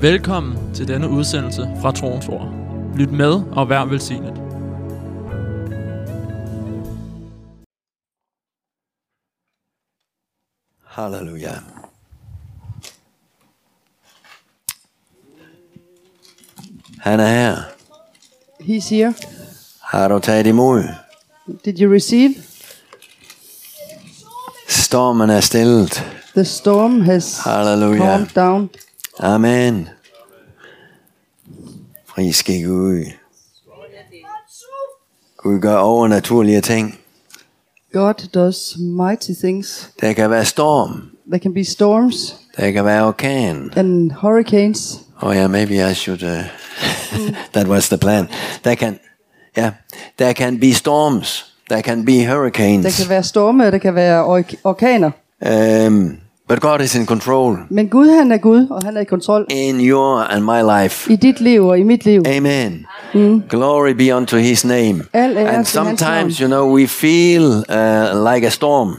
Velkommen til denne udsendelse fra Troens Ord. Lyt med og vær velsignet. Halleluja. Han er her. He's here. Har du taget imod? Did you receive? Stormen er stillet. The storm has Halleluja. calmed down. Amen. Pris gik ud. Gud gør overnaturlige ting. God does mighty things. Der kan være storm. There can be storms Der kan være orkan. and hurricanes. Oh yeah, maybe I should. Uh, that was the plan. There can, yeah, there can be storms. There can be Der hurricanes. kan være storme, og der kan være ork- orkaner. Um, but God is in control Men Gud han er Gud, og han er i kontrol in your and my life. i dit liv og i mit liv. Amen. Glory be unto His name. Al ære til And hans sometimes, navn. you know, we feel uh, like a storm,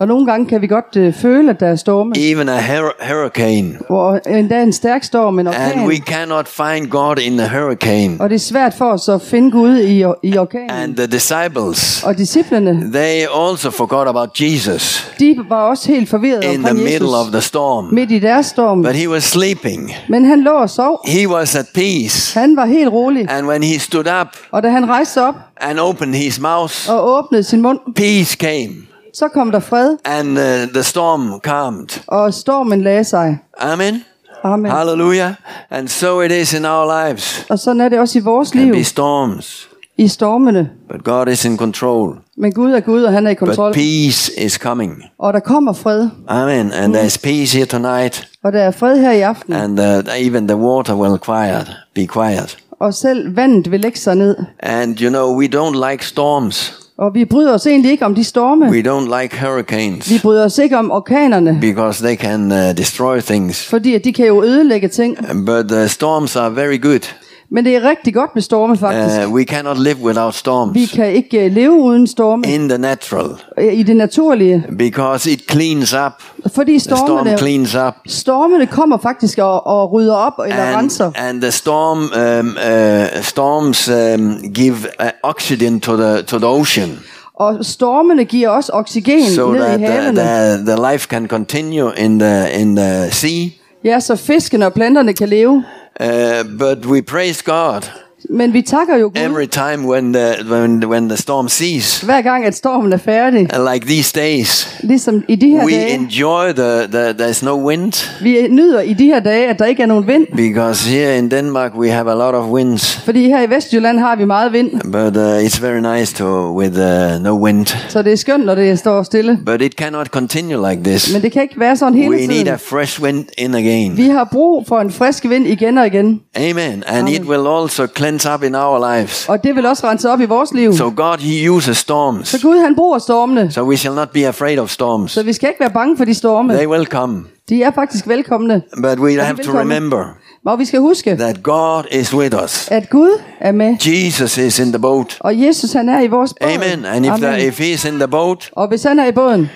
Og nogle gange kan vi godt øh, føle, at der er storme. even a hur- hurricane, Og endda en stærk storm, en and we orkan. cannot find God in the hurricane. Og det er svært for os at finde Gud i, or- i And orkanen. the disciples, Og disciplene, they also forgot about Jesus de var også helt forvirrede in the omkring middle of Jesus. the storm. Midt i deres storm. But he was sleeping. Men han lå og sov. He was at peace. Han var helt rolig. And when he stood up Og da han rejste sig op and opened his mouth, og åbnede sin mund, peace came. så kom der fred, And uh, the storm calmed. og stormen lagde sig. Amen. Amen. Hallelujah. And so it is in our lives. Og sådan er det også i vores There liv, be storms, i stormene. but God is in control. Men Gud er Gud, og han er i kontrol. But peace is coming. Og der kommer fred, Amen. And there's peace here tonight. og der er fred her i aften. And uh, even the water will quiet, be quiet. Og selv vandet vil lægge sig ned. And you know, we don't like storms. Og vi bryder os egentlig ikke om de storme. We don't like Vi hurricanes bryder os ikke om orkanerne, because they can uh, destroy things. fordi at de kan jo ødelægge ting. But uh, storms are very good. Men det er rigtig godt med storme, faktisk. Uh, we cannot live without Vi storms kan ikke øh, leve uden storme in the natural øh, i det naturlige, because it cleans up. fordi The storm stormene, cleans up. stormene kommer faktisk og, og rydder op eller And, renser. and the storm um, uh, storms um, give uh, oxygen to the to the ocean, Og stormene giver også oxygen so ned that i the, havene. the, the life can continue in the in the sea. Ja, så fiskene og planterne kan leve. Uh, but we praise God Men vi takker jo Gud, every time when the when when the storm ceases. hver gang, at stormen er færdig. And like these days, Ligesom i de her we dage. enjoy the, the there's no wind. Vi nyder i de her dage, at der ikke er nogen vind. Because here in Denmark we have a lot of winds, Fordi her i Vestjylland har vi meget vind. but uh, it's very nice to with uh, no wind. Så det er skønt, når det står stille. But it cannot continue like this. Men det kan ikke være sådan hele We need a tiden. fresh wind in again. Vi har brug for en frisk vind igen og igen. Amen. And it will also cleanse up in our lives. Og det vil også rense op i vores liv. So God He uses Så storms. Gud han bruger stormene. So we shall not be afraid of storms. Så vi skal ikke være bange for de storme. They will come. De er faktisk velkomne. But we have to velkommen. remember Og vi skal huske, that God is with us. at Gud er med. Jesus is in the boat. Og Jesus han er i vores båd. Amen. And if, the, if He is in the boat, Og hvis han er i båden,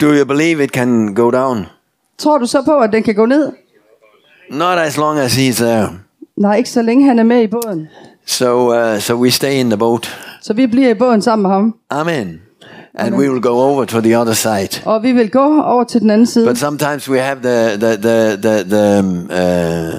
do you believe it can go down? tror du så på, at den kan gå ned? Not as long as He's there. Nej, ikke så længe han er med i båden. So, uh, so we stay in the boat. Så vi bliver i båden sammen med ham. Amen. And we will go over to the other side. Og vi vil gå over til den anden side. But sometimes we have the the the the, the um, uh,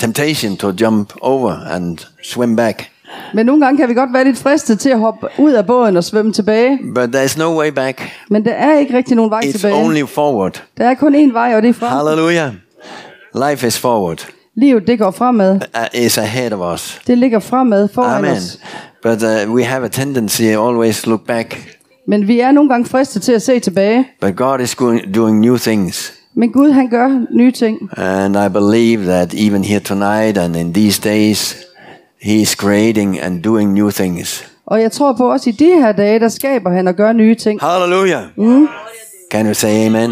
temptation to jump over and swim back, Men nogle gange kan vi godt være lidt fristet til at hoppe ud af båden og svømme tilbage. but there's no way back. Men der er ikke rigtig nogen vej It's tilbage. only forward. Der er kun én vej, og det er frem. Hallelujah! Life is forward. Livet det går fremad. Uh, is ahead of us. Det ligger fremad foran Amen. os. But uh, we have a tendency always look back. Men vi er nogle gange fristet til at se tilbage. But God is going, doing new things. Men Gud han gør nye ting. And I believe that even here tonight and in these days, He is creating and doing new things. Og jeg tror på også i de her dage, der skaber han og gør nye ting. Hallelujah. Hmm? Can you say amen?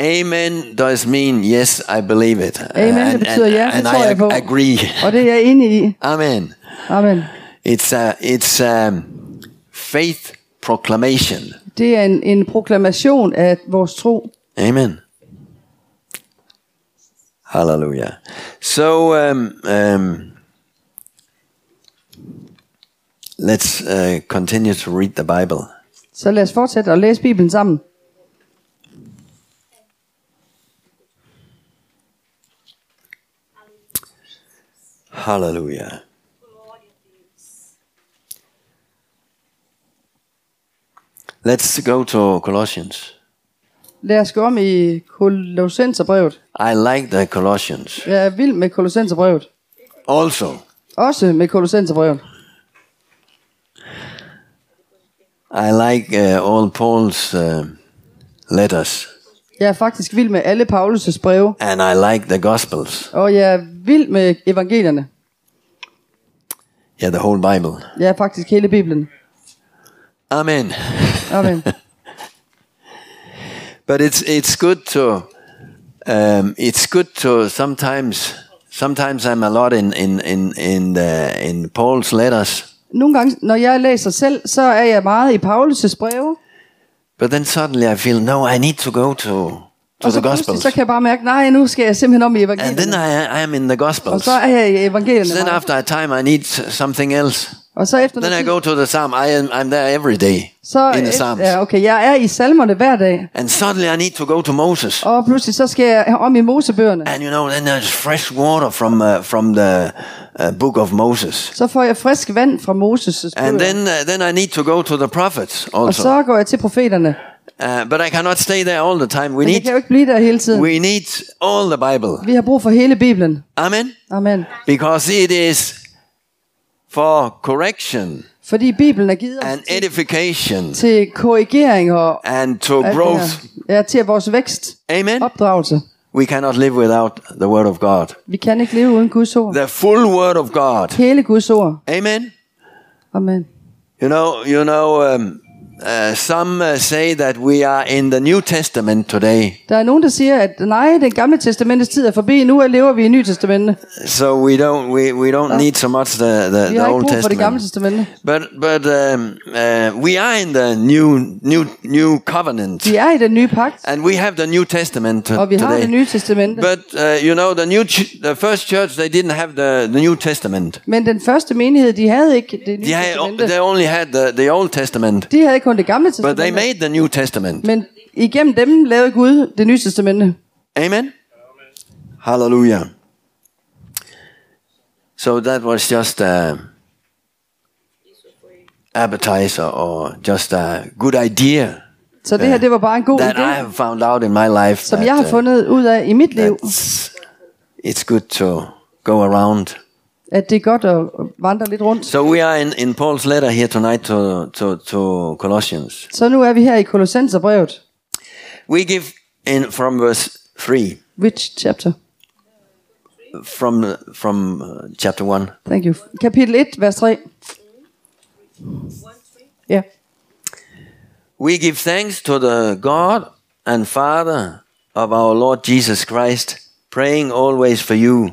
Amen does mean yes, I believe it. Amen, det and, betyder ja, det and tror I jeg på. ag- agree. Og det er jeg enig i. Amen. Amen. It's a, it's a faith proclamation. Det er en, en proklamation af vores tro. Amen. Hallelujah. So um, um, let's uh, continue to read the Bible. Så lad os fortsætte at læse Bibelen sammen. Hallelujah. Let's go to Colossians. Lad os gå om i Kolossenserbrevet. I like the Colossians. Jeg er vild med Kolossenserbrevet. Also, Også med Kolossenserbrevet. I like uh, all Paul's uh, letters, Jeg er faktisk vild med alle Paulus' breve. and I like the Gospels. Og jeg er vild med evangelierne. Yeah, the whole Bible. Jeg er faktisk hele Bibelen. Amen. Amen. But it's it's good to um, it's good to sometimes sometimes I'm a lot in in in in the, in Paul's letters, Nogle gange, når jeg læser selv, så er jeg meget i Paulus' breve. but then suddenly I feel no, I need to go to to Og the så pludselig, Gospels, så kan jeg bare mærke, nej, nu skal jeg simpelthen om i and then evangelierne. I I am in the Og Gospels. så er jeg i evangelierne. Then meget. after a time I need s- something else. Og så efter Then noget I tid, go to the Psalm. I am I'm there every day så in the efter, Psalms, ja, okay, jeg er i salmerne hver dag. and suddenly I need to go to Moses. Og pludselig, så skal jeg om i Mosebøgerne. And you know, then there's fresh water from uh, from the uh, book of Moses. Så får jeg frisk vand fra Moses' And bøger. then, uh, then I need to go to the prophets Og also. så går jeg til profeterne. Uh, but I cannot stay there all the time. We Men jeg need, kan jo ikke blive der hele tiden. we need all the Bible. Vi har brug for hele Bibelen. Amen. Amen. Because it is for correction Fordi Bibelen er givet os and edification til korrigering og and to alt det her. growth. ja, til vores vækst, Amen. opdragelse. We cannot live without the Word of God. Vi kan ikke leve uden Guds ord. The full Word of God. Hele Guds ord. Amen. Amen. You know, you know. Um, uh, some uh, say that we are in the New Testament today, Der er nogen, der siger, at nej, den gamle testamentets tid er forbi. Nu lever vi i Nye Testamente. so we don't we, we don't need so much the, the, Vi the har ikke Old brug for det gamle Testament. testamente. But but um, uh, we are in the new new new covenant, Vi er i den nye pagt, and we have the New Testament t- og vi har det today. nye testamente. But uh, you know the new ch- the first church they didn't have the, the New Testament. Men den første menighed, de havde ikke det nye They, had, testamente. they only had the, the Old Testament, De havde kun det gamle but they testamente. made the New Testament. Men igennem dem lavede Gud det nye testamente. Amen. Hallelujah. So that was just uh, a appetizer or just a good idea Så det her, det var bare en god that I idé, have found out in my life. som that, jeg har uh, fundet ud af i mit liv, That's, it's good to go around. at det er godt at vandre lidt rundt. So we are in, in Paul's letter here tonight to, to, to Colossians. Så nu er vi her i Kolossenserbrevet, We give in from verse 3, which chapter? from, from uh, chapter 1. Thank you. Kapitel 1, vers 3. Ja. We give thanks to the God and Father of our Lord Jesus Christ, praying always for you,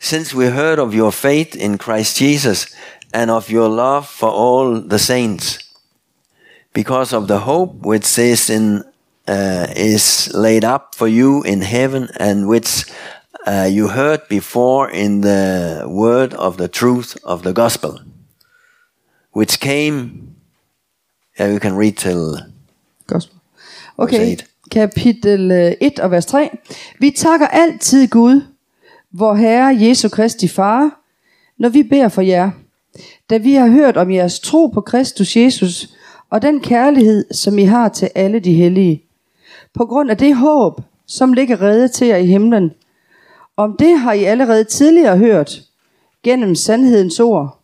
since we heard of your faith in Christ Jesus and of your love for all the saints, because of the hope which is in uh, is laid up for you in heaven, and which uh, you heard before in the word of the truth of the gospel, which came. Yeah, you can read till Gospel. Okay, Vers 8. kapitel øh, 1 og vers 3. Vi takker altid Gud, vor Herre Jesu Kristi Far, når vi beder for jer, da vi har hørt om jeres tro på Kristus Jesus og den kærlighed, som I har til alle de hellige. På grund af det håb, som ligger redde til jer i himlen. Om det har I allerede tidligere hørt, gennem sandhedens ord,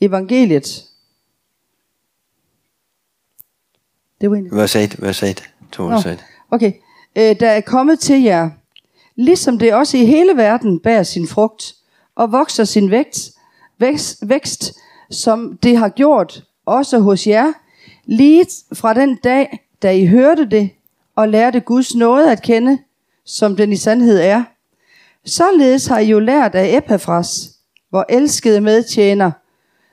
evangeliet. Det var egentlig Verse 8, verse 8, to verse Nå, 8. Okay. Øh, der er kommet til jer, ligesom det også i hele verden bærer sin frugt, og vokser sin vægt, vækst, vækst, som det har gjort, også hos jer, lige fra den dag, da I hørte det, og lærte Guds nåde at kende, som den i sandhed er. Således har I jo lært af Epafras, hvor elskede medtjener,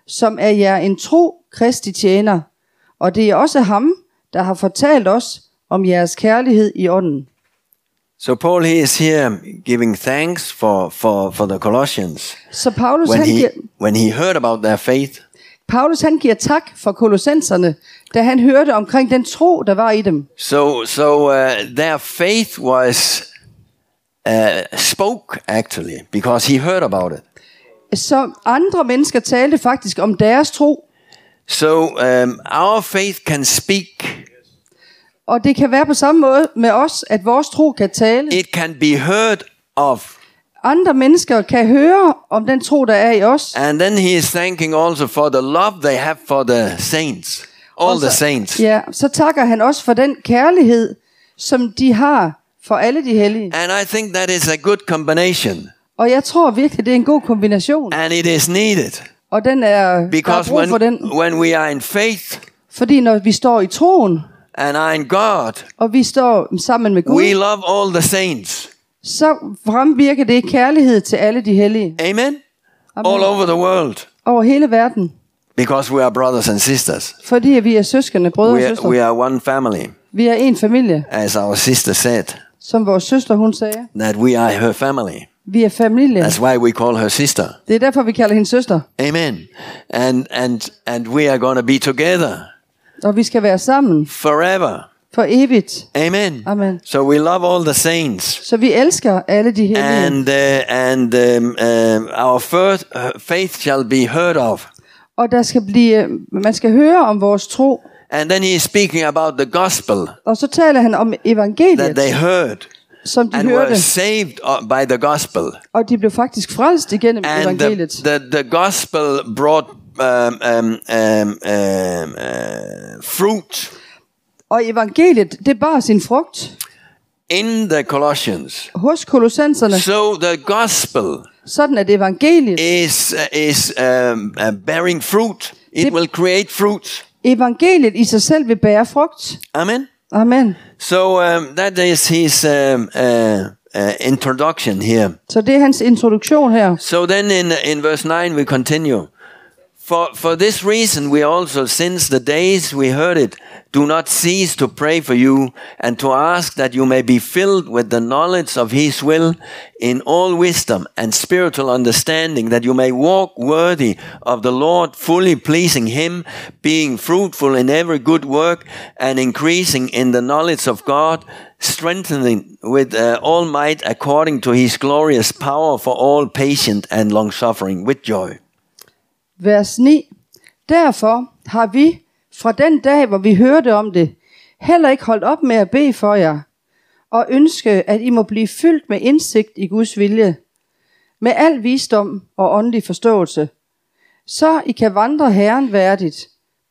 som er jer en tro kristi tjener, og det er også ham, der har fortalt os om jeres kærlighed i ånden. So Paul he is here giving thanks for, for, for the Colossians Så Paulus, when han he giver, when he heard about their faith. Paulus han giver tak for kolossenserne, da han hørte omkring den tro, der var i dem. So so uh, their faith was uh, spoke actually because he heard about it. Så andre mennesker talte faktisk om deres tro, So um, our faith can speak. og det kan være på samme måde med os, at vores tro kan tale. It can be heard of. Andre mennesker kan høre om den tro, der er i os. And then he is thanking also for the love they have for the saints, all the saints. Ja, så takker han også for den kærlighed, som de har for alle de hellige. And I think that is a good combination. Og jeg tror virkelig, det er en god kombination, And it is needed. og den er, der er Because brug when, for den. when we are in faith Fordi når vi står i troen, and are in God, og vi står sammen med we Gud, love all the saints. så fremvirker det kærlighed til alle de hellige Amen? Amen. All over the world. over hele verden. Because we are brothers and sisters. Fordi vi er søskende, brødre og We are, søstre. we are one family. Vi er en familie, As our sister said, som vores søster hun sagde. that we are her family. Vi er familie. That's why we call her sister. Det er derfor, vi kalder hende søster. Amen. And, and, and we are going to be together Og vi skal være sammen forever. for evigt. Amen. Amen. So we love all the saints. Så vi elsker alle de hellige. And, uh, and um, um, our first, uh, faith shall be heard of. Og der skal blive, man skal høre om vores tro. And then he is speaking about the gospel Og så taler han om that evangeliet, they heard som de and were hørte. saved uh, by the gospel. Og de blev faktisk frelst igennem And the, evangeliet. the, the gospel brought um, um, um, um, uh, fruit Og evangeliet, det bar sin frugt in the Colossians. hos kolossenserne, So the gospel sådan at evangeliet, is, uh, is um, uh, bearing fruit, it will create fruit. evangeliet i sig selv vil bære frugt. Amen. Amen. So um, that is his um, uh, uh, introduction here. Så det er hans introduktion her. So then in, in verse 9 we continue. For, for this reason we also, since the days we heard it, do not cease to pray for you and to ask that you may be filled with the knowledge of his will in all wisdom and spiritual understanding, that you may walk worthy of the Lord, fully pleasing him, being fruitful in every good work and increasing in the knowledge of God, strengthening with uh, all might according to his glorious power for all patient and long suffering with joy. Vers 9. Derfor har vi fra den dag, hvor vi hørte om det, heller ikke holdt op med at bede for jer, og ønske, at I må blive fyldt med indsigt i Guds vilje, med al visdom og åndelig forståelse, så I kan vandre Herren værdigt,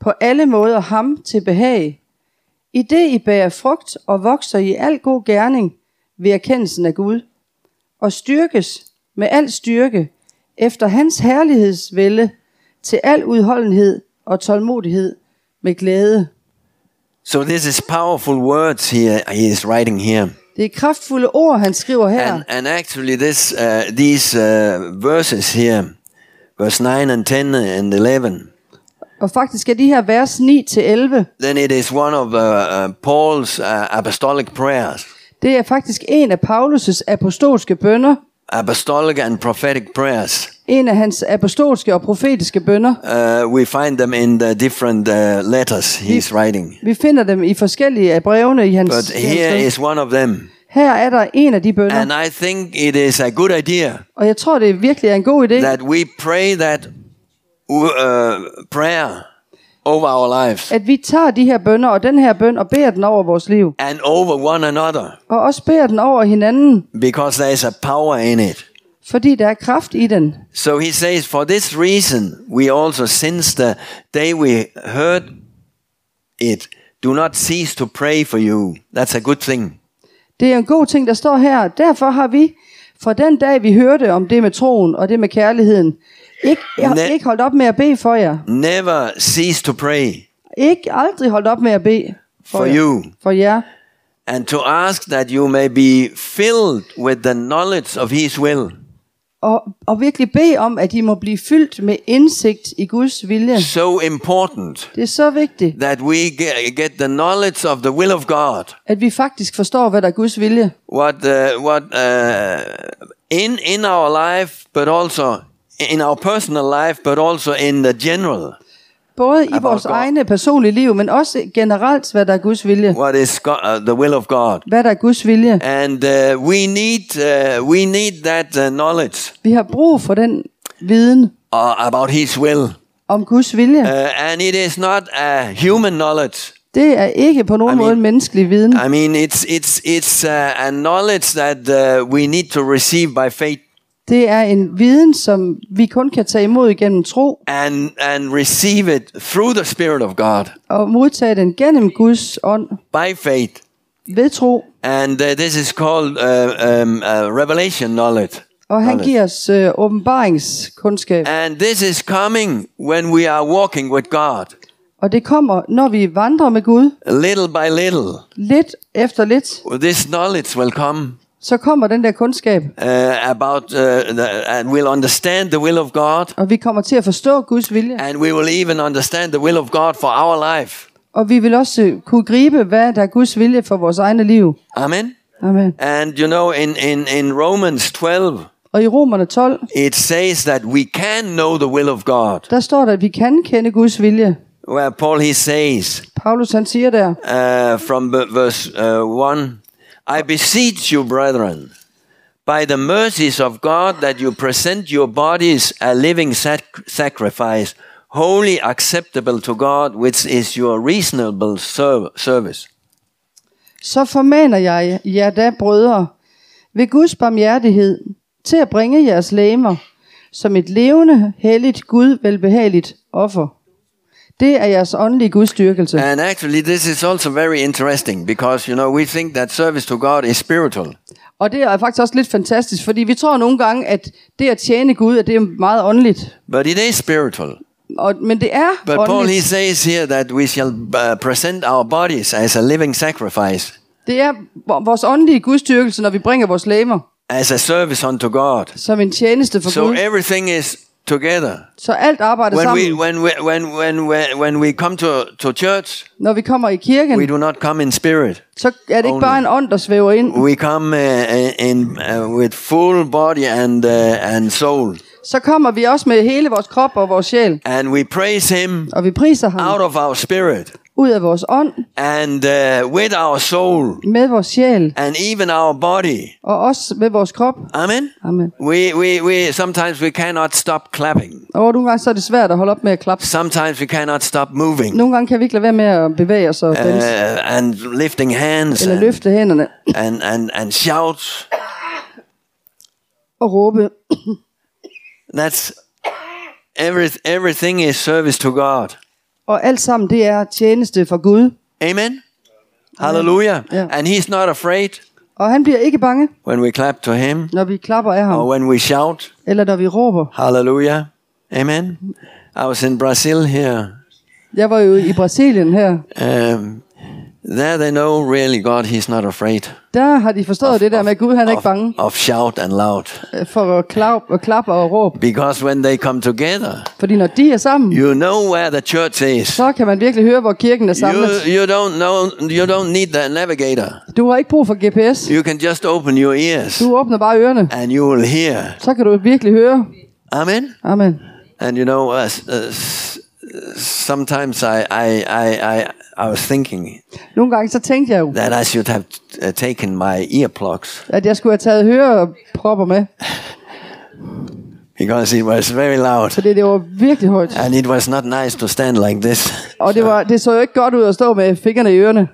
på alle måder ham til behag, i det I bærer frugt og vokser i al god gerning ved erkendelsen af Gud, og styrkes med al styrke efter hans herlighedsvælde til al udholdenhed og tålmodighed med glæde. So this is powerful words here he is writing here. Det er kraftfulde ord, han skriver her. And, and actually this uh, these uh, verses here verse 9 and 10 and 11 Og faktisk er de her vers 9-11, then it is one of uh, uh, Paul's uh, apostolic prayers det er faktisk en af Paulus' apostolske bønder. apostolic and prophetic prayers En af hans apostolske og profetiske bønder. uh, we find them in the different uh, letters he's writing Vi finder dem i forskellige af brevene i hans... but here is one of them her er der en af de bønder, and I think it is a good idea og jeg tror, det virkelig er en god idé, that we pray that uh, prayer over our lives at vi tager de her bønder og den her bøn og beder den over vores liv. and over one another Og også beder den over hinanden, because there is a power in it. fordi der er kraft i den. So he says, for this reason, we also, since the day we heard it, do not cease to pray for you. That's a good thing. Det er en god ting, der står her. Derfor har vi, fra den dag vi hørte om det med troen og det med kærligheden, ikke, jeg, Ne- ikke holdt op med at bede for jer. Never cease to pray Ikke aldrig holdt op med at bede for, for jer. you For jer. and to ask that you may be filled with the knowledge of his will. og, og virkelig bede om, at I må blive fyldt med indsigt i Guds vilje. So important Det er så vigtigt, that we ge- get the knowledge of the will of God. at vi faktisk forstår, hvad der er Guds vilje. What uh, what uh, in in our life, but also in our personal life, but also in the general. Både i About vores God. egne personlige liv, men også generelt, hvad der er Guds vilje. What is God, uh, the will of God? Hvad der er Guds vilje. And uh, we need uh, we need that uh, knowledge Vi har brug for den viden uh, about His will. om Guds vilje. Uh, and it is not a human knowledge. Det er ikke på nogen I mean- måde en menneskelig viden. I mean, it's it's it's uh, a knowledge that uh, we need to receive by faith Det er en viden, som vi kun kan tage imod igennem tro, and and receive it through the Spirit of God og modtage den gennem Guds ånd by faith. ved tro. And uh, this is called uh, um, uh, revelation knowledge. Og han Knowledge. giver os øh, åbenbaringskundskab. And this is coming when we are walking with God, Og det kommer, når vi vandrer med Gud, little by little. lidt efter lidt, This knowledge will come så kommer den der kundskab. uh, about uh, the, and we'll understand the will of God, Og vi kommer til at forstå Guds vilje. and we will even understand the will of God for our life. Og vi vil også øh, kunne gribe, hvad der er Guds vilje for vores egne liv. Amen. Amen. And you know, in, in, in Romans 12, Og i Romerne 12, it says that we can know the will of God. der står der, at vi kan kende Guds vilje. Where Paul he says, Paulus han siger der, uh, from v- verse uh, 1 I beseech you, brethren, by the mercies of God, that you present your bodies a living sac- sacrifice, wholly acceptable to God, which is your reasonable ser- service. Så formaner jeg jer da, brødre, ved Guds barmhjertighed, til at bringe jeres læmer som et levende, helligt, Gud velbehageligt offer. Det er jeres åndelige gudstyrkelse. And actually, this is also very interesting because, you know, we think that service to God is spiritual. Og det er faktisk også lidt fantastisk, fordi vi tror nogle gange, at det at tjene Gud, at det er meget åndeligt. But it is spiritual. Og, men det er But Paul, he åndeligt. says here that we shall uh, present our bodies as a living sacrifice, Det er vo- vores åndelige gudstyrkelse, når vi bringer vores læmer as a service unto God. som en tjeneste for So Gud. everything is together. Så alt arbejder When we sammen. when we when when when, when we come to, to church, Når vi kommer i we kirken, do not come in spirit. så er det ikke only. bare en ånd, der svæver ind. We come uh, in uh, with full body and uh, and soul, så kommer vi også med hele vores krop og vores sjæl, and we praise Him og vi priser ham out of our spirit ud af vores ånd, and uh, with our soul med vores sjæl, and even our body. og også med vores krop. Amen. Amen. We, we, we sometimes we cannot stop clapping. Og nogle gange så er det svært at holde op med at klappe. Sometimes we cannot stop moving Nogle gange kan vi ikke lade være med at bevæge os og uh, danse, and lifting hands eller and, løfte hænderne and, and, and shout. og råbe. That's every, everything is service to God. Og alt sammen, det er tjeneste for Gud. Amen. Hallelujah. Yeah. And he's not afraid Og han bliver ikke bange, when we clap to him når vi klapper af or ham, when we shout. eller når vi råber. Hallelujah. Amen. I was in Brazil here. Jeg var jo i Brasilien her. Um, there they know really God, he's not afraid Der har de forstået det der med, at Gud han er ikke bange of, of shout and loud. øh, for at klap, og klappe og råbe. Because when they come together, Fordi når de er sammen, you know where the church is. så kan man virkelig høre, hvor kirken er samlet. You, you don't know you don't need the navigator. Du har ikke brug for GPS. You can just open your ears Du åbner bare ørerne. and you will hear. Så kan du virkelig høre. Amen. Amen. And you know, uh, s- uh, s- uh, sometimes I, I, I, I, I was thinking Nogle gange så tænkte jeg jo, that I should have uh, taken my earplugs at jeg skulle have taget hørepropper med. because it was very loud. Fordi det var virkelig højt. And it was not nice to stand like this. Og det, var, det så jo ikke godt ud at stå med fingrene i ørerne.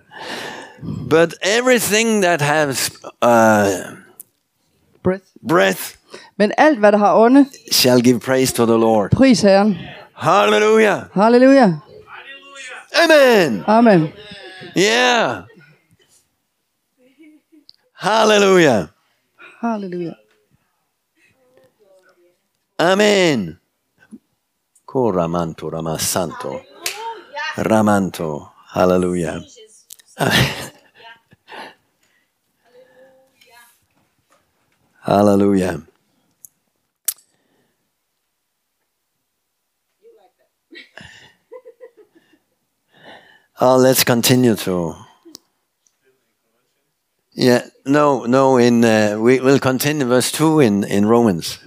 But everything that has uh, breath Men alt, hvad der har ånde, shall give praise to the Lord. pris Herren. Hallelujah. Halleluja. Amen. Amen. Yeah. Hallelujah. Halleluja. Amen. Ko ramanto ramasanto. Ramanto. Hallelujah. Hallelujah. Oh, let's continue to. Yeah, no, no. In uh, we will continue verse two in in Romans,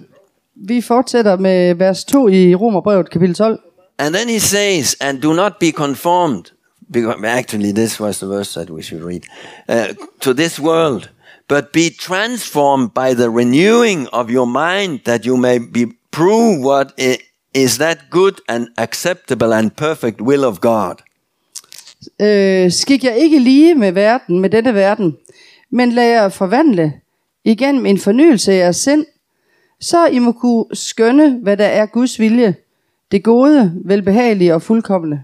Vi fortsætter med vers 2 i Romerbrevet kapitel 12. and then he says, "And do not be conformed." Because actually, this was the verse that we should read uh, to this world, but be transformed by the renewing of your mind, that you may be prove what i- is that good and acceptable and perfect will of God. Øh, skik jeg ikke lige med verden, med denne verden, men lad jer forvandle igennem en fornyelse af jeres sind, så I må kunne skønne, hvad der er Guds vilje, det gode, velbehagelige og fuldkommende.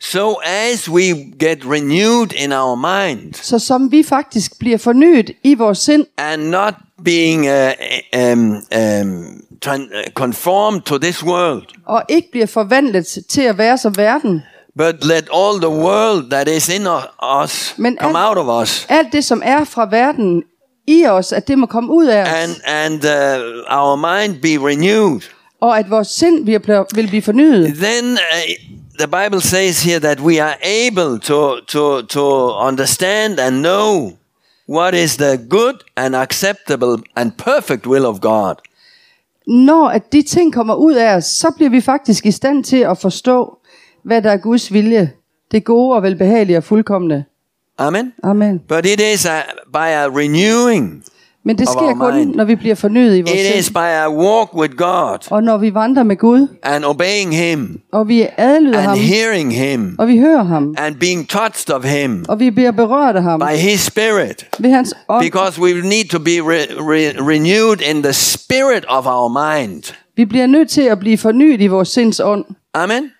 So as we get renewed in our mind Så som vi faktisk bliver fornyet i vores sind, and not being uh, um, um, tran- uh, conformed to this world, og ikke bliver forvandlet til at være som verden, but let all the world that is in o- us Men come al- out of us. alt det, som er fra verden i os, at det må komme ud af os, And, and uh, our mind be renewed. og at vores sind vil blive, vil blive fornyet. Then uh, the Bible says here that we are able to, to, to understand and know what is the good and acceptable and perfect will of God. Når at de ting kommer ud af os, så bliver vi faktisk i stand til at forstå, hvad der er Guds vilje, det gode og velbehagelige og fuldkommende. Amen. Amen. But it is uh by a renewing. Men det Og sker hvor kun, meget- når vi bliver fornyet i It vores is sind, by a walk with God og når vi vandrer med Gud, and obeying Him og vi adlyder ham, and hearing Him og vi hører ham, and being touched of Him og vi bliver berørt af ham by His Spirit. ved hans ånd. Because we need to be re- re- renewed in the spirit of our mind. Vi bliver nødt til at blive fornyet i vores sinds ånd. Amen.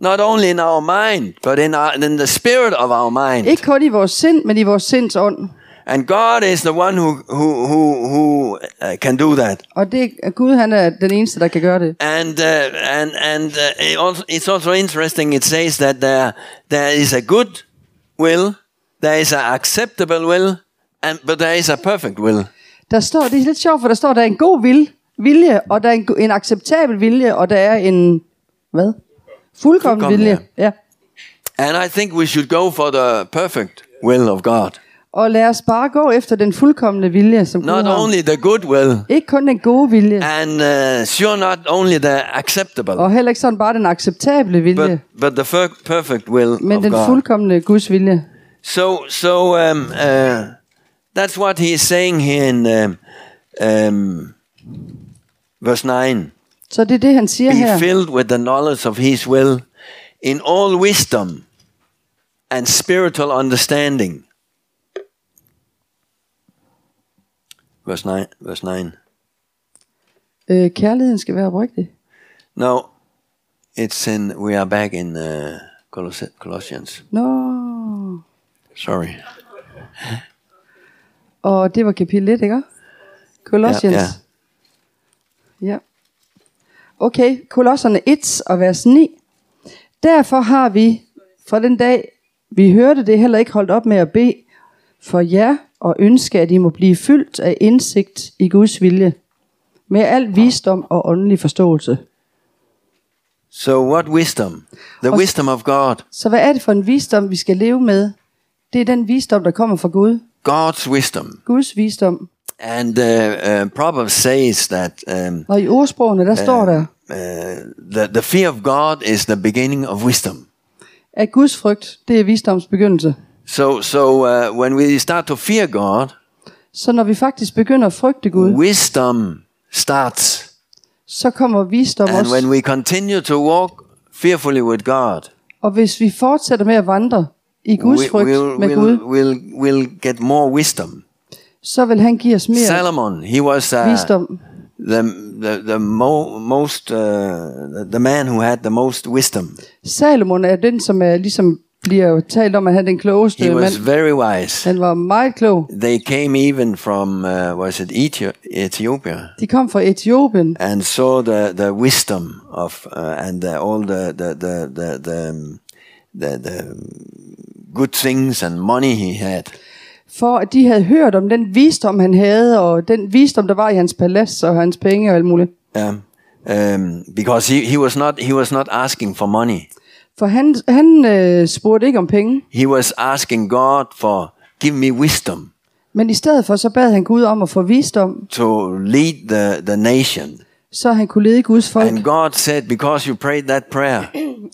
Not only in our mind, but in, our, in the spirit of our mind. Ikke kun i vores sind, men i vores sinds ånd. And God is the one who, who, who, who uh, can do that. Og det er Gud, han er den eneste, der kan gøre det. and uh, and and uh, it also, it's also interesting. It says that there there is a good will, there is an acceptable will, and but there is a perfect will. Der står, det er lidt sjovt, for der står, der er en god vil, vilje, og der er en, go- en acceptabel vilje, og der er en, hvad? Fuldkommen, Fuldkommen, vilje. Ja. ja. And I think we should go for the perfect will of God, Og lad os bare gå efter den fuldkommende vilje, som Gud not har. only the good will, Ikke kun den gode vilje, and uh, sure not only the acceptable, og heller ikke sådan bare den acceptable vilje, but but the fir- perfect will men of den God. fuldkommende Guds vilje. So, so um, uh, that's what he is saying here in um, um, verse 9. Så det er det, han siger Be her. filled with the knowledge of his will in all wisdom and spiritual understanding. Verse 9. Verse 9. Øh, kærligheden skal være oprigtig. No, it's in, we are back in uh, Coloss- Colossians. Nå, Sorry. og det var kapitel 1, ikke? Colossians. Ja, ja. Ja. Okay, Kolosserne 1 og vers 9. Derfor har vi fra den dag, vi hørte det, heller ikke holdt op med at bede for jer og ønske, at I må blive fyldt af indsigt i Guds vilje, med al visdom og åndelig forståelse. So, what wisdom? The Og- wisdom of God. Så hvad er det for en visdom, vi skal leve med? Det er den visdom, der kommer fra Gud. God's wisdom. Guds visdom. And uh, uh, Proverbs says that um, Og i ordsprogene, der står der, uh, the, the fear of God is the beginning of wisdom. at Guds frygt, det er visdoms begyndelse. So, so uh, when we start to fear God, Så når vi faktisk begynder at frygte Gud, wisdom starts. så kommer visdom And when også. we continue to walk fearfully with God, Og hvis vi fortsætter med at vandre i Guds we, frygt we'll, med we'll, Gud, we'll, we'll get more wisdom. så vil han give os mere Solomon, he was uh, visdom. the, the, the mo- most, uh, the- the man who had the most wisdom. Salomon er den, som er ligesom bliver talt om, at han er den klogeste He was mand. very wise. Han var meget klog. They came even from, uh, was it Ethi- Ethiopia? De kom fra Etiopien and saw the, the wisdom of uh, and uh, all the the the the, the, um, the the good things and money he had. for at de havde hørt om den visdom, han havde, og den visdom, der var i hans palads og hans penge og alt muligt. Um, um, because he, he was not he was not asking for money. For han, han øh, spurgte ikke om penge, He was asking God for, give me wisdom men i stedet for så bad han Gud om at få visdom, to lead the, the nation. så han kunne lede Guds folk. And God said, because you prayed that prayer,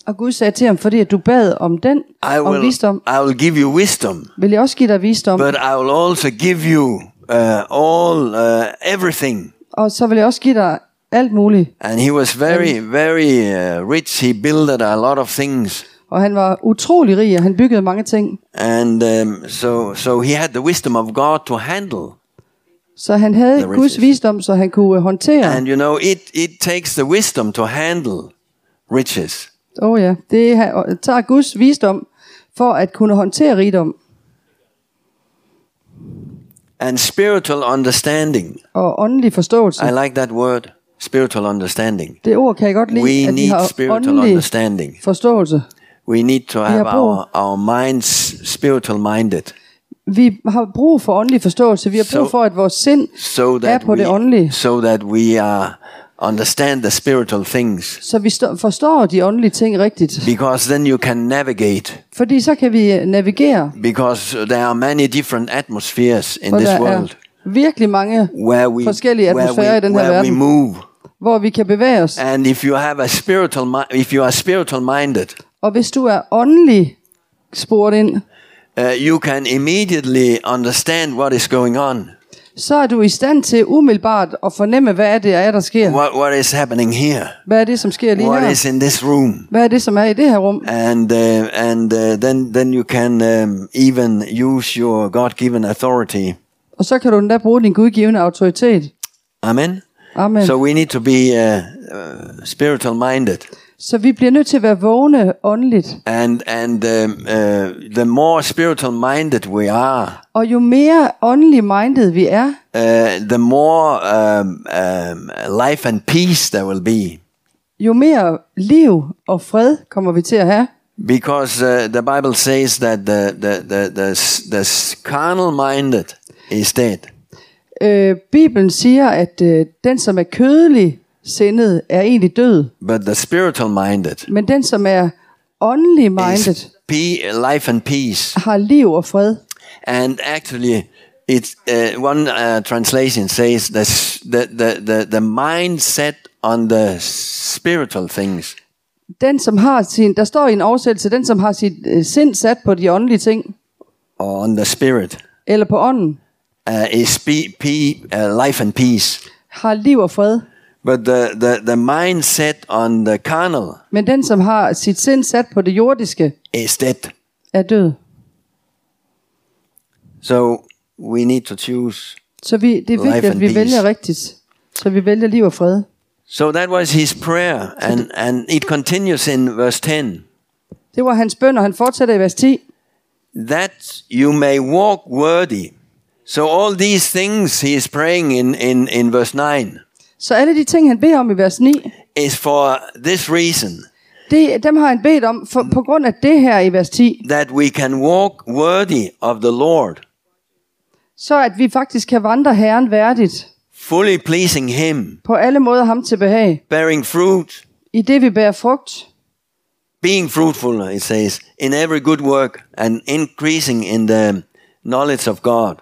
Og Gud sagde til ham, fordi at du bad om den, I om will, visdom, I will give you wisdom, vil jeg også give dig visdom, but I will also give you uh, all, uh, everything. og så vil jeg også give dig alt muligt. And he was very, very uh, rich. He built a lot of things. Og han var utrolig rig, og han byggede mange ting. And um, so, so he had the wisdom of God to handle. Så han havde The Guds riches. visdom, så han kunne øh, håndtere. And you know, it, it takes the wisdom to handle riches. Åh oh, ja, det ha- og tager Guds visdom for at kunne håndtere rigdom And spiritual understanding. og åndelig forståelse. I like that word, spiritual understanding. Det ord kan jeg godt lide, We at vi need har spiritual åndelig understanding. forståelse. We need to have har brug- our, our minds spiritual minded. Vi har brug for åndelig forståelse. Vi har brug So- for, at vores sind So er that på det we, åndelige, so that we uh, understand the spiritual things. så vi sto- forstår de åndelige ting rigtigt. Because then you can navigate. Fordi så kan vi øh, navigere, Because there are many different atmospheres in hvor this der world. er virkelig mange, where we, forskellige where atmosfærer i we, den her where we verden. move. hvor vi kan bevæge os. And if you have a spiritual, mi- if you are spiritual minded, Og hvis du er åndelig spurgt ind, uh, you can immediately understand what is going on, så er du i stand til umiddelbart at fornemme, hvad er det er, der sker. what what is happening here, Hvad er det, som sker lige what her? is in this room, Hvad er det, som er i det her rum? and uh, and uh, then then you can um, even use your God-given authority. Og så kan du endda bruge din gudgivende autoritet. Amen. Amen. So Så, we need to be uh, uh, spiritual minded, så vi bliver nødt til at være vågne åndeligt. and and um, uh, the more spiritual minded we are, Og jo mere åndelig minded vi er, uh, the more um, um, life and peace there will be. jo mere liv og fred kommer vi til at have. Because uh, the Bible says that the, the, the, the, s- the s- carnal minded is dead. Øh, Bibelen siger, at øh, den, som er kødelig sindet, er egentlig død. But the spiritual minded Men den, som er åndelig minded, is pe- life and peace. har liv og fred. And actually, it's, uh, one uh, translation says the, s- the, the, the, the mindset on the spiritual things Den, som har sin, der står i en oversættelse, den, som har sit øh, sind sat på de åndelige ting, or on the spirit eller på ånden, uh, is pe- pe- uh, life and peace. har liv og fred. But the, the, the mindset on the carnal Men den, som har sit sind sat på det jordiske, is dead. er død. So we need to choose. Så vi, det er vigtigt, Life and at vi peace. vælger rigtigt. Så vi vælger liv og fred. So that was his prayer, and, and it continues in verse 10 Det var hans bøn, og han fortsætter i vers 10. that you may walk worthy. So all these things he is praying in, in, in verse 9 Så alle de ting, han beder om i vers 9, is for this reason det, dem har han bedt om for, på grund af det her i vers 10. that we can walk worthy of the Lord, Så at vi faktisk kan vandre Herren værdigt, fully pleasing him, på alle måder ham til behag, bearing fruit, i det vi bærer frugt, being fruitful, it says, in every good work and increasing in the knowledge of God.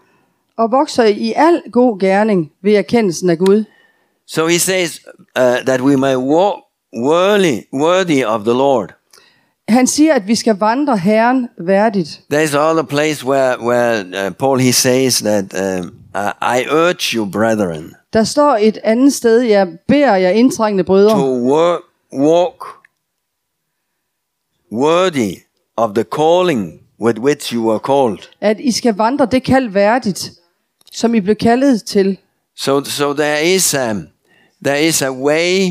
og vokser i al god gerning ved erkendelsen af Gud. So he says uh, that we may walk worthy, worthy of the Lord. Han siger, at vi skal vandre Herren værdigt. There's another place where, where uh, Paul he says that um, I I urge you, brethren, Der står et andet sted, jeg beder jer indtrængende brødre, to work, walk worthy of the calling with which you were called. at I skal vandre det kald værdigt, som I blev kaldet til. So, so there is um, there is a way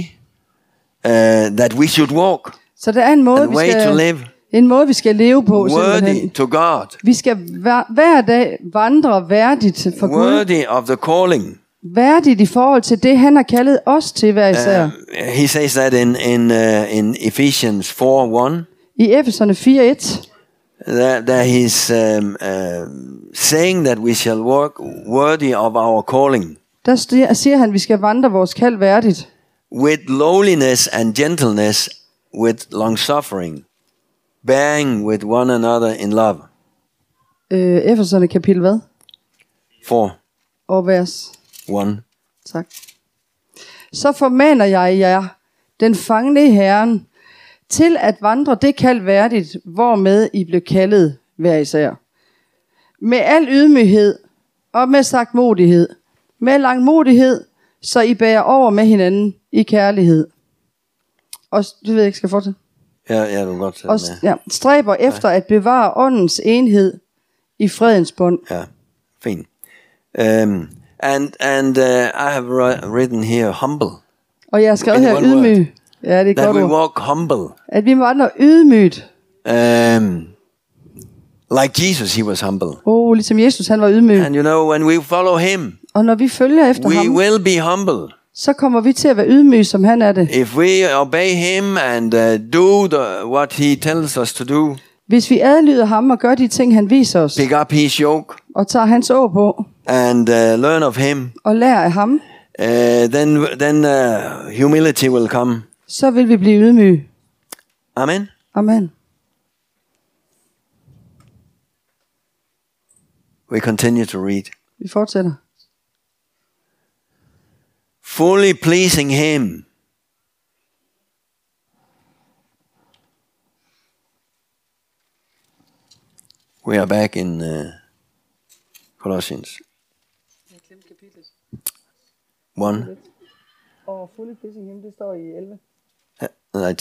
uh, that we should walk, Så der er en måde, a vi way to skal, live en måde, vi skal leve på. worthy Simpelthen. to God, Vi skal hver, hver dag vandre værdigt for Gud. worthy of the calling. Værdigt i forhold til det, han har kaldet os til hver især. Um, he says that in in uh, in Ephesians four one. I Efeserne 4.1, That, that he's um, um saying that we shall work worthy of our calling der sti- siger han, at vi skal vandre vores kald værdigt. with lowliness and gentleness, with long suffering. bearing with one another in love. Øh, Efeserne kapitel hvad? 4 Og vers 1. Tak. Så formaner jeg jer, den fangne i Herren, til at vandre det kald værdigt, hvormed I blev kaldet hver især. Med al ydmyghed og med sagt modighed. Med langmodighed, så I bærer over med hinanden i kærlighed. Og s- du ved jeg ikke, skal jeg fortsætte. Ja, ja, du kan godt tage Og den s- med. ja, stræber efter at bevare åndens enhed i fredens bånd. Ja, fint. Um, and and uh, I have wri- written here humble. Og jeg har skrevet In her one word. ydmyg. Ja, det er et That godt we ord. walk humble. At vi vandrer ydmygt Um, like Jesus, he was humble. Oh, ligesom Jesus, han var ydmyg. And you know, when we follow him, Og når vi følger efter we ham, will be humble. så kommer vi til at være ydmyge, som han er det. If we obey him and uh, do the, what he tells us to do, Hvis vi adlyder ham og gør de ting, han viser os, pick up his yoke og tager hans å på and uh, learn of him, og lærer af ham, uh, then then uh, humility will come. så vil vi blive ydmyge. Amen. Amen. We continue to read. Vi fortsætter. Fully pleasing him. We are back in uh, Colossians. One, Og fulde pissing him, det står i 11. uh, nej,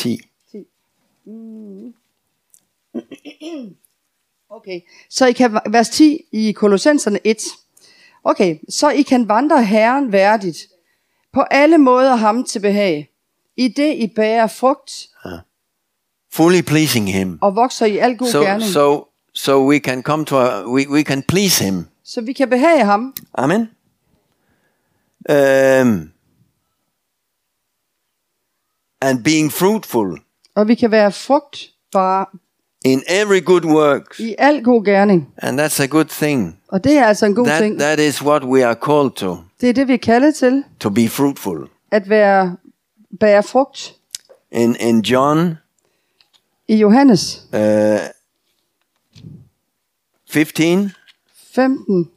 10. Okay, så I kan, vers 10 i Kolossenserne 1. Okay, så I kan vandre Herren værdigt, på alle måder ham til behag, i det I bærer frugt Fully pleasing him. og vokser i al god So, gerning. so, so we can come to, a, we, we can please him. så vi kan behage ham. Amen. Um, and being fruitful Og vi kan være frugtbare in every good work. i al god gerning. And that's a good thing. Og det er altså en god that, That, ting. That, that is what we are called to, det er det, vi er kaldet til. to be fruitful. At være bære frugt In, in John i Johannes uh, 15 15,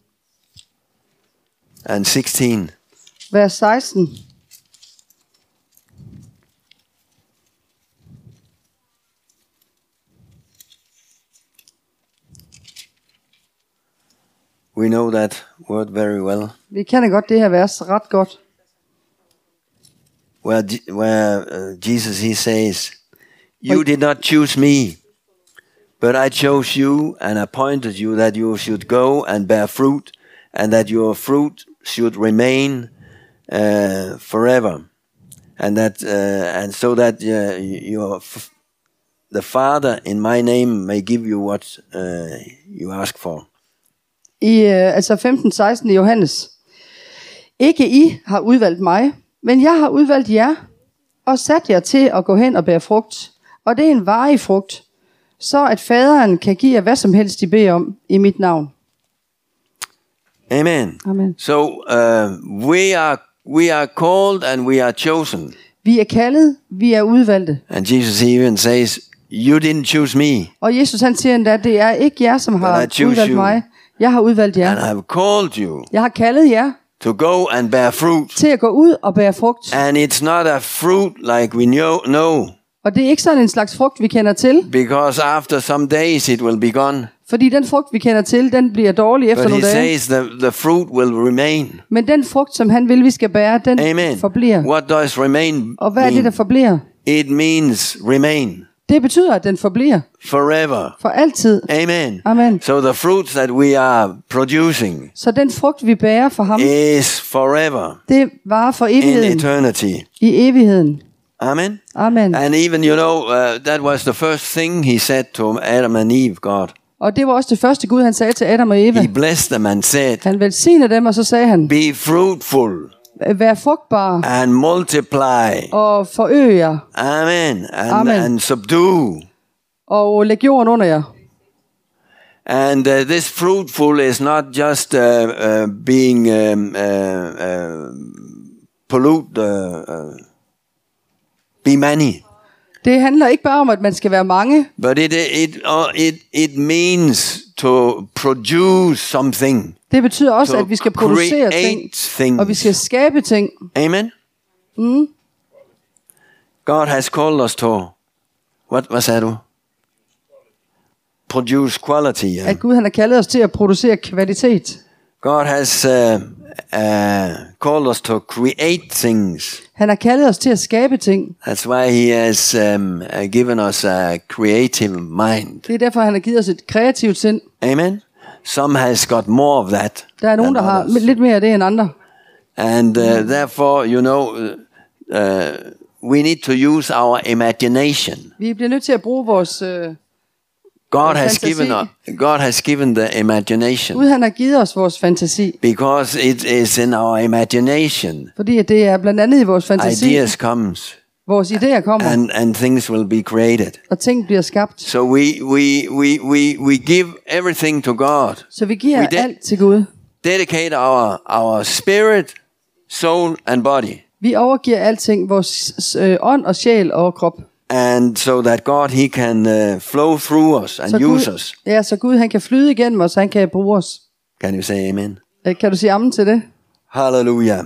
and 16, vers 16. we know that word very well, Vi kender godt det her vers ret godt. where, Je- where uh, Jesus, he says, you did not choose me, but I chose you and appointed you that you should go and bear fruit and that your fruit should remain uh, forever. And that, uh, and so that uh, your, f- the Father in my name may give you what uh, you ask for. I øh, altså 15, 16 i Johannes. Ikke I har udvalgt mig, men jeg har udvalgt jer og sat jer til at gå hen og bære frugt. Og det er en varig frugt, så at faderen kan give jer hvad som helst, I beder om i mit navn. Amen. Amen. So uh, we are we are called and we are chosen. Vi er kaldet, vi er udvalgte. And Jesus even says, "You didn't choose me, Og Jesus han siger endda, det er ikke jer, som har But I choose udvalgt you. mig. Jeg har udvalgt and jer. I've called you Jeg har kaldet jer to go and bear fruit." til at gå ud og bære frugt. And it's not a fruit like we know, know, Og det er ikke sådan en slags frugt, vi kender til. because after some days it will be gone. Fordi den frugt, vi kender til, den bliver dårlig efter But he nogle dage. says the, the fruit will remain. Men den frugt, som han vil, vi skal bære, den Amen. forbliver. What does remain Og hvad er det, mean? der forbliver? It means remain Det betyder, at den forbliver forever. for altid. Amen. Amen. So the fruits that we are producing Så den frugt, vi bærer for ham, is forever det varer for in evigheden. eternity. I evigheden. Amen. Amen. And even, you know, uh, that was the first thing he said to Adam and Eve, God. Og det var også det første Gud, han sagde til Adam og Eva. He blessed them and said, Han velsigner dem, og så sagde han, Be fruitful Vær frugtbare and multiply. og forøg jer, Amen. And, Amen. and subdue. og læg jorden under jer. And uh, this fruitful is not just uh, uh, being um, uh, uh, pollute, uh, uh, be many. Det handler ikke bare om, at man skal være mange, but it, it, uh, it, it means to produce something, Det betyder også, to at vi skal producere ting, create things. og vi skal skabe ting. Amen? Hmm? God has called us to, what, hvad sagde du? Produce quality. ja. At Gud han har kaldet os til at producere kvalitet. God has uh, uh, called us to create things. Han har kaldet os til at skabe ting. That's why He has um, uh, given us a creative mind. Det er derfor, han har givet os et kreativt sind. Amen. Some has got more of that. Der er nogen, than der har others. lidt mere af det end andre. And uh, therefore, you know, uh, uh, we need to use our imagination. Vi bliver nødt til at bruge vores... Øh, God Our has given us, fantasy. God has given the Gud imagination han har givet os vores fantasi. because it is in our imagination Fordi at det er blandt andet i vores fantasi, ideas comes vores idéer kommer, and and things will be created. og ting bliver skabt. So we, we, we, we, we give everything to God. Så vi giver We did- alt til Gud. Dedicate our, our spirit, soul, and body. Vi overgiver alting, vores øh, ånd og sjæl og krop. And so that God, He can uh, flow through us and Så use Gud, us. ja, så Gud han kan flyde igennem os, han kan bruge os. Can you say amen? Øh, Kan du sige ammen til det? Hallelujah.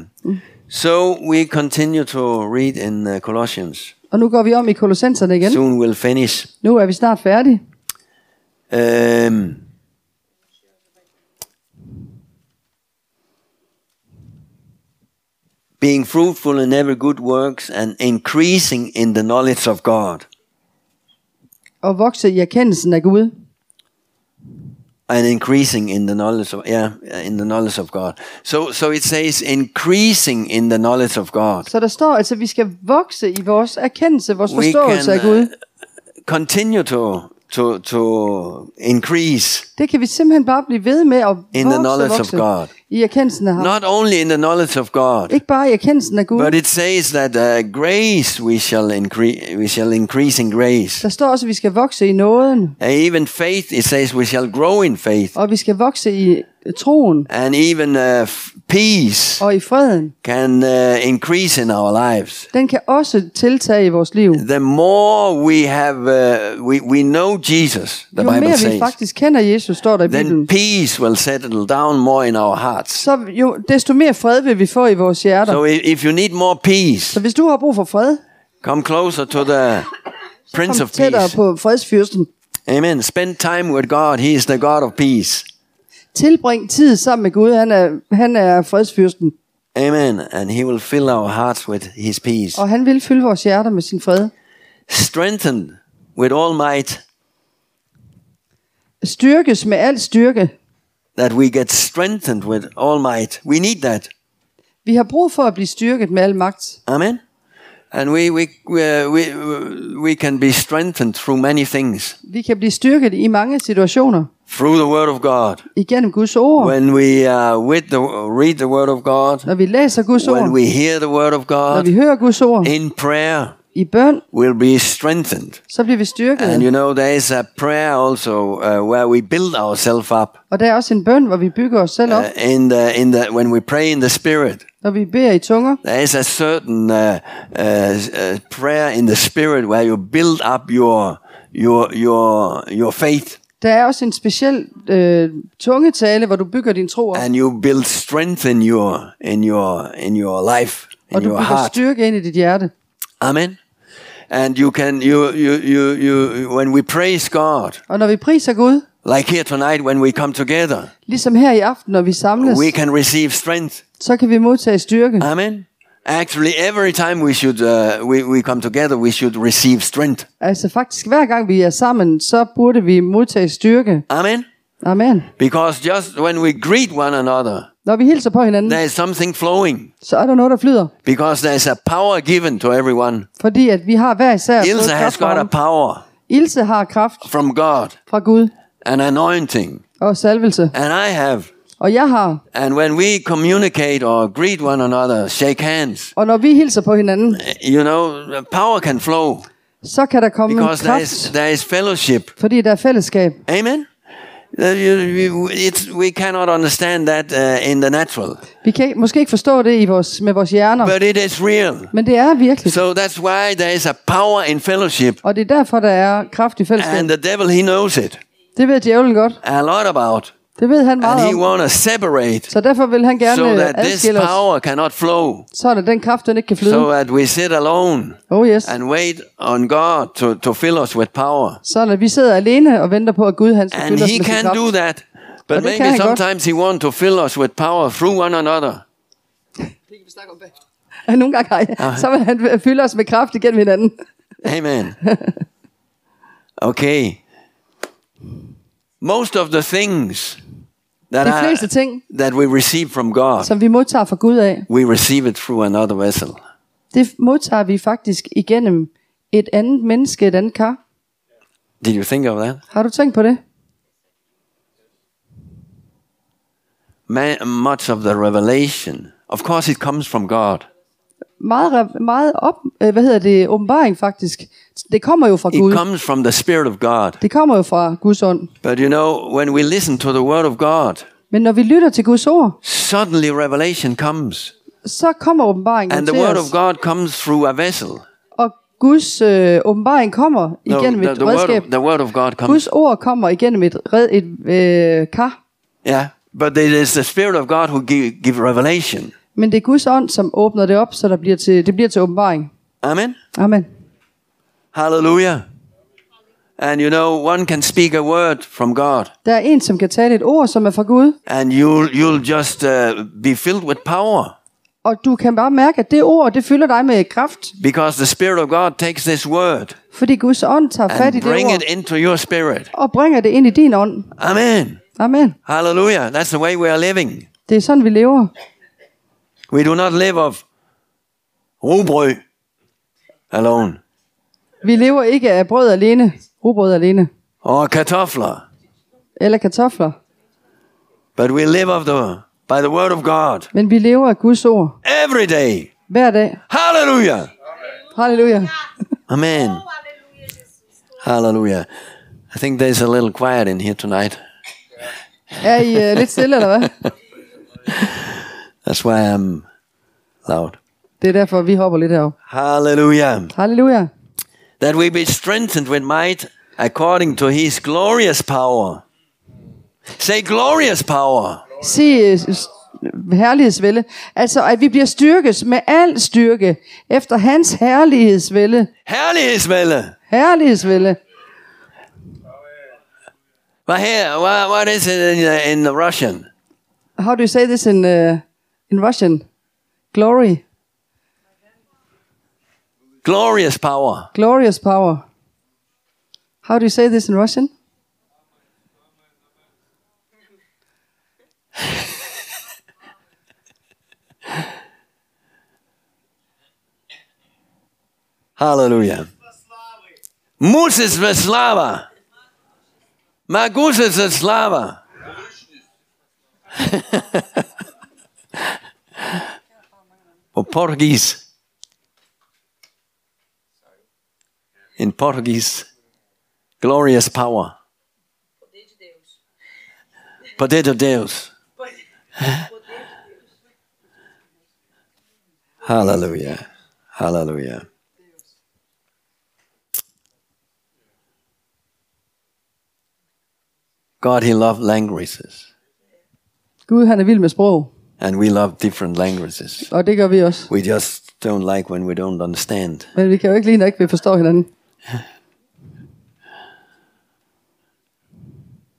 So we continue to read in uh, Colossians. Og nu går vi om i kolossenserne igen. Soon we'll finish. Nu er vi snart færdige. Um, being fruitful in every good works and increasing in the knowledge of God. Og vokse i erkendelsen af Gud. And increasing in the knowledge of yeah, in the knowledge of God. So so it says increasing in the knowledge of God. Så der står altså, at vi skal vokse i vores erkendelse, vores We can forståelse af uh, Gud. continue to to to increase Det kan vi simpelthen bare blive ved med at the vokse, knowledge of vokse God. i erkendelsen af ham. not only in the knowledge of God. Ikke bare i erkendelsen af Gud. But it says that uh, grace we shall increase, we shall increase in grace. Der står også, at vi skal vokse i nåden, And even faith, it says we shall grow in faith. og vi skal vokse i troen And even uh, f- peace og i freden. can uh, increase in our lives. Den kan også tiltage i vores liv. The more we have, uh, we, we know Jesus, the Jo Bible mere vi says, faktisk kender Jesus, står der i then Bibelen, peace will settle down more in our hearts. så jo, desto mere fred vil vi få i vores hjerter. So i- if you need more peace, Så hvis du har brug for fred, come closer to the Prince kom of Peace. tættere på fredsfyrsten. Amen. Spend time with God. He is the God of peace. Tilbring tid sammen med Gud. Han er, han er fredsfyrsten, Amen. And he will fill our hearts with his peace. og han vil fylde vores hjerter med sin fred. Strengthened with all might, Styrkes med al styrke. that we get strengthened with all might. We need that. Vi har brug for at blive styrket med al magt. Amen. And we, we, we, we, we can be strengthened through many things. Vi kan blive styrket i mange situationer. Through the Word of God. Igennem Guds ord. When we uh, with the, read the Word of God, Når vi læser Guds ord. when we hear the Word of Når vi God, hører Guds ord in prayer, i bøn, we'll be strengthened. så bliver vi styrket. And you know, there is a prayer also uh, where we build ourselves up. Og der er også en bøn, hvor vi bygger os selv op. uh, in the in the when we pray in the spirit Når vi beder i tunger, there is a certain uh, uh, uh, prayer in the spirit where you build up your your your your faith der er også en speciel øh, tungetale, hvor du bygger din tro op. and you build strength in your in your in your life Og in du your bygger heart styrke ind i dit hjerte. amen and you can you you you you when we praise god Og når vi priser Gud, like here tonight when we come together Ligesom her i aften, når vi samles, we can receive strength så kan vi modtage styrke. amen actually every time we should uh, we, we come together we should receive strength Altså faktisk, hver gang vi er sammen, så burde vi modtage styrke. amen Amen. Because just when we greet one another, Når vi hilser på hinanden, there is something flowing. så er der noget, der flyder. Because there's a power given to everyone. Fordi at vi har hver især Ilse fået has kraft fra got a ham. power Ilse har kraft from God, fra Gud an anointing, og salvelse. and I have. Og jeg har. And when we communicate or greet one another, shake hands, Og når vi hilser på hinanden, you know, the power can flow så kan der komme because there kraft, is, there is fellowship. fordi der er fællesskab. Amen. That you- we- it's- we cannot understand that uh, in the natural, Vi kan ikke- måske ikke forstå det i vores, med vores hjerner, but it is real. men det er virkeligt. So that's why there is a power in fellowship, Og det er derfor, der er kraft i fællesskab. and the devil he knows it Det ved djævlen godt. a lot about, Det ved han and meget he om. want to separate Så derfor vil han gerne so øh, that this adskille os, power cannot flow, så at den kraft, den ikke kan flyde. so that we sit alone Oh yes. and wait on God to, to fill us with power. Sådan at vi sidder alene og venter på, at Gud han skal And fylde os he med sin can do kraft. that, but Og det kan maybe han godt. sometimes he want to fill us with power through one another. Nogle gange har jeg. Så vil han fylde os med kraft igennem hinanden. Amen. okay. Most of the things that De are- fleste ting, that we receive from God, som vi modtager fra Gud af, we receive it through another vessel. det modtager vi faktisk igennem et andet menneske, et andet kar. Did you think of that? Har du tænkt på det? Ma- much of the revelation, of course, it comes from God. Meget, re- meget op, øh, hvad hedder det, åbenbaring faktisk. Det kommer jo fra It Gud. comes from the Spirit of God. Det kommer jo fra Guds ånd. But you know, when we listen to the Word of God, Men når vi lytter til Guds ord, suddenly revelation comes. så kommer åbenbaringen And til the Word of os. God comes through a vessel. Og Guds øh, åbenbaring kommer No, igennem the, et the, word redskab. of, the Word of God comes. Guds ord kommer igennem et, red, et øh, kar. Yeah, but it is the Spirit of God who give, give revelation. Men det er Guds ånd, som åbner det op, så der bliver til, det bliver til åbenbaring. Amen. Amen. Hallelujah. And you know, one can speak a word from God, Der er en, som kan tale et ord, som er fra Gud, and you'll you'll just uh, be filled with power og du kan bare mærke, at det ord, det fylder dig med kraft, because the Spirit of God takes this word fordi Guds ånd tager fat i and det bring ord, it into your spirit. og bringer det ind i din ånd. Amen. Amen. Hallelujah. That's the way we are living. Det er sådan, vi lever. We do not live of rugbrød alone Vi lever ikke af brød alene, rugbrød alene, or kartofler, eller kartofler, but we live of the by the word of God men vi lever af Guds ord every day. hver dag. Hallelujah. Halleluja. Amen. Hallelujah. I think there's a little quiet in here tonight. Er I øh, lidt stille, eller hvad? That's why I'm loud. Det er derfor, vi hopper lidt heroppe. Hallelujah. Halleluja. That we be strengthened with might according to his glorious power. Say glorious power. Sig øh, s- herlighedsvælde. Altså, at vi bliver styrket med al styrke efter hans herlighedsvælde. Herlighedsvælde. Herlighedsvælde. Hvad her? What, what is it in, the- in the Russian? How do you say this in, uh, in Russian? Glory. Glorious power. Glorious power. How do you say this in Russian? Hallelujah. Moses Veslava. Maguses Veslava. På portugis. In Portuguese. Glorious power. Poder de Deus. Hallelujah. Hallelujah. God, He loved languages, Gud, han er vild med sprog. and we love different languages. Og det gør vi også. We just don't like when we don't understand. Men vi kan jo ikke lide, når ikke vi forstår hinanden.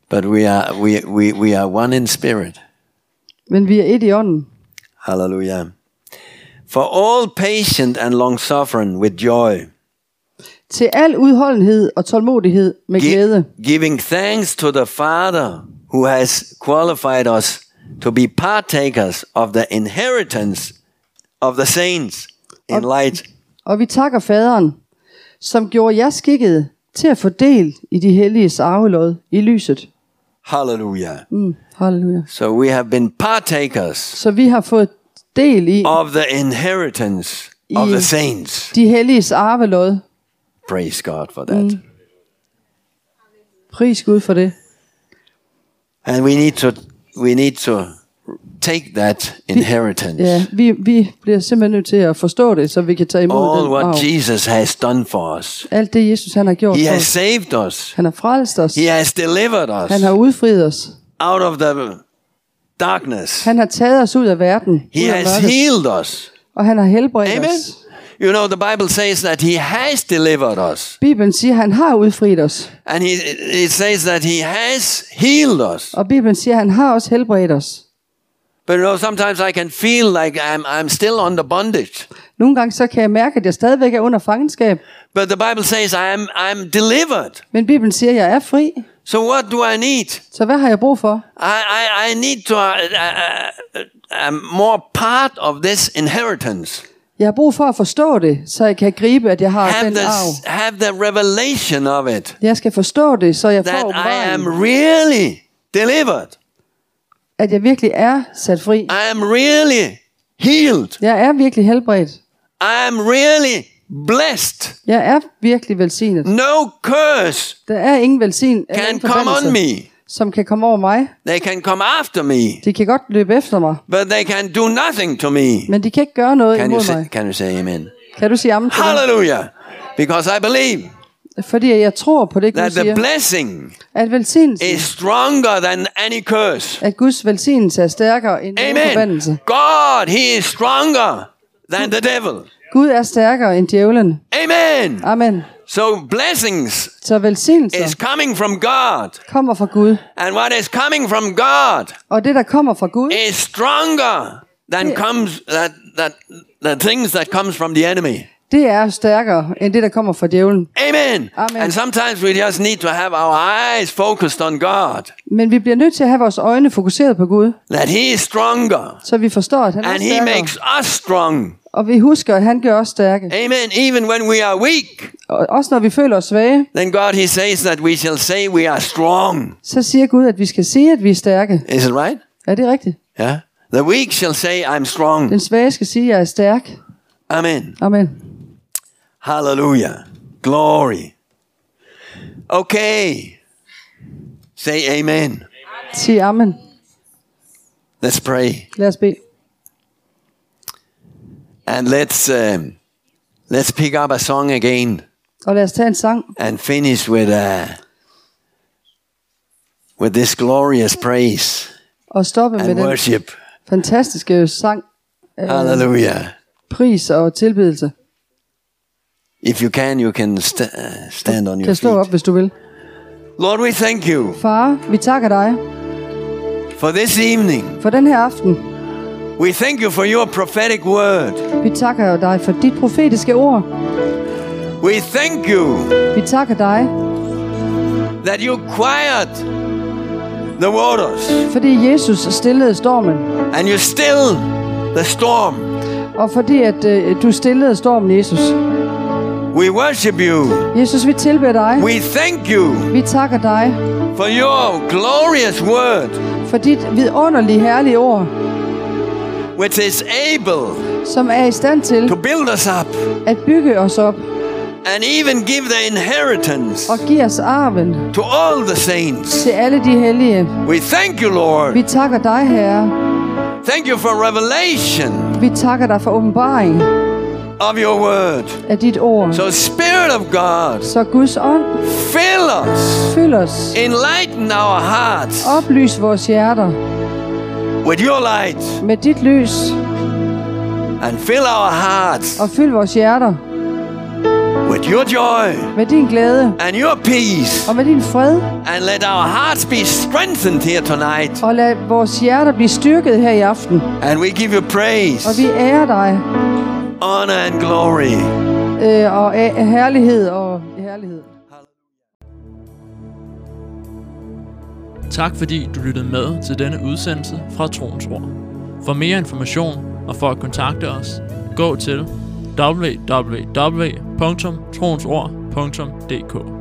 But we are we we, we are one in spirit. Men vi er et i ånden. Hallelujah. For all patient and long suffering with joy, Til al udholdenhed og tålmodighed med gi- glæde. giving thanks to the Father who has qualified us to be partakers of the inheritance of the saints in light. Og vi takker faderen, som gjorde jer skikket til at få del i de hellige arvelod i lyset. Hallelujah. Mm, halleluja. So we have been partakers Så vi har fået del i of the inheritance of I- the saints. de helliges arvelod. Mm. Praise God for that. Pris Gud for det. And we need to we need to take that inheritance. Ja, vi, vi bliver simpelthen nødt til at forstå det, så vi kan tage imod All den what arv. Jesus has done for us. Alt det, Jesus han har gjort He for has os. saved us. Han har frelst os. He has delivered Han us har udfriet os. out of the darkness. Han har taget os ud af verden. He ud af has mørket, healed us. og han har helbredt Amen. os. You know, the Bible says that He has delivered us. Bibelen siger, at han har udfriet os. And he, it says that He has healed us. Og Bibelen siger, at han har også helbredt os. But you know, sometimes I can feel like I'm, I'm still under bondage. Nogle gange så kan jeg mærke, at jeg stadigvæk er under fangenskab. But the Bible says I'm, I'm delivered. Men Bibelen siger, at jeg er fri. So what do I need? Så hvad har jeg brug for? I, I, I need to uh, uh, uh, uh, more part of this inheritance. Jeg har brug for at forstå det, så jeg kan gribe, at jeg har Have den the, arv. s- have the revelation of it Jeg skal forstå det, så jeg that får I am vejen, really delivered. at jeg virkelig er sat fri. I am really healed. Jeg er virkelig helbredt. I am really blessed. Jeg er virkelig velsignet. No curse Der er ingen velsign eller can ingen come on forbandelse, me. som kan komme over mig. They can come after me, De kan godt løbe efter mig, but they can do nothing to me. men de kan ikke gøre noget Can you imod say, mig. can you say amen? Kan du sige amen til det? Hallelujah! Because I believe Fordi jeg tror på det, Gud that the siger. blessing At velsignelsen, is stronger than any curse. at Guds velsignelse er stærkere end nogen forbandelse. Amen. God, He is stronger than the devil. Gud er stærkere end djævlen. Amen. Amen. So blessings Så is velsignelser coming from God, kommer fra Gud. and what is coming from God Og det, der kommer fra Gud, is stronger than comes that that the things that comes from the enemy. det er stærkere end det, der kommer fra djævlen. Amen. Amen. And sometimes we just need to have our eyes focused on God. Men vi bliver nødt til at have vores øjne fokuseret på Gud, That He is stronger, så vi forstår, at han er and He stærkere. makes us strong. Og vi husker, at han gør os stærke. Amen. Even when we are weak, Og også når vi føler os svage, Then God, He says that we shall say we are strong. så siger Gud, at vi skal sige, at vi er stærke. Is it right? Er det rigtigt? Yeah. The weak shall say, I'm strong. Den svage skal sige, at jeg er stærk. Amen. Amen. Hallelujah. Glory. Okay. Say amen. Sig amen. Let's pray. Lad os bede. And let's, um, let's pick up a song again Og lad os tage en sang and finish with, uh, with this glorious praise og stoppe med and den worship. fantastiske sang, øh, Hallelujah. pris og tilbedelse. If you can, you can st- uh, stand on your Kan stå op, feet. hvis du vil. Lord, we thank you. Far, vi takker dig for this evening. for den her aften. We thank you for your prophetic word. Vi takker dig for dit profetiske ord. We thank you Vi takker dig, that you quiet the waters fordi Jesus stillede stormen. and you still the storm. Og fordi at øh, du stillede stormen, Jesus. We worship you. Jesus, vi tilbeder dig. We thank you Vi takker dig for your glorious word, for dit vidunderlige, herlige ord, which is able som er i stand til to build us up at bygge os op and even give the inheritance og give os arven to all the saints. til alle de hellige. We thank you, Vi Lord. takker dig, Herre. Thank you for revelation Vi takker dig for åbenbaring of your word. af dit ord. So, Spirit of God, Så Guds ånd, fill us. fyld os. Enlighten our hearts Oplys vores hjerter with your light med dit lys, and fill our hearts og fyld vores hjerter with your joy med din glæde and your peace. og med din fred, And let our hearts be strengthened here tonight. og lad vores hjerter blive styrket her i aften. And we give you praise, Og vi ærer dig, honor, and glory. øh, og æ- herlighed og herlighed. Tak fordi du lyttede med til denne udsendelse fra Troens Ord. For mere information og for at kontakte os, gå til www.troensord.dk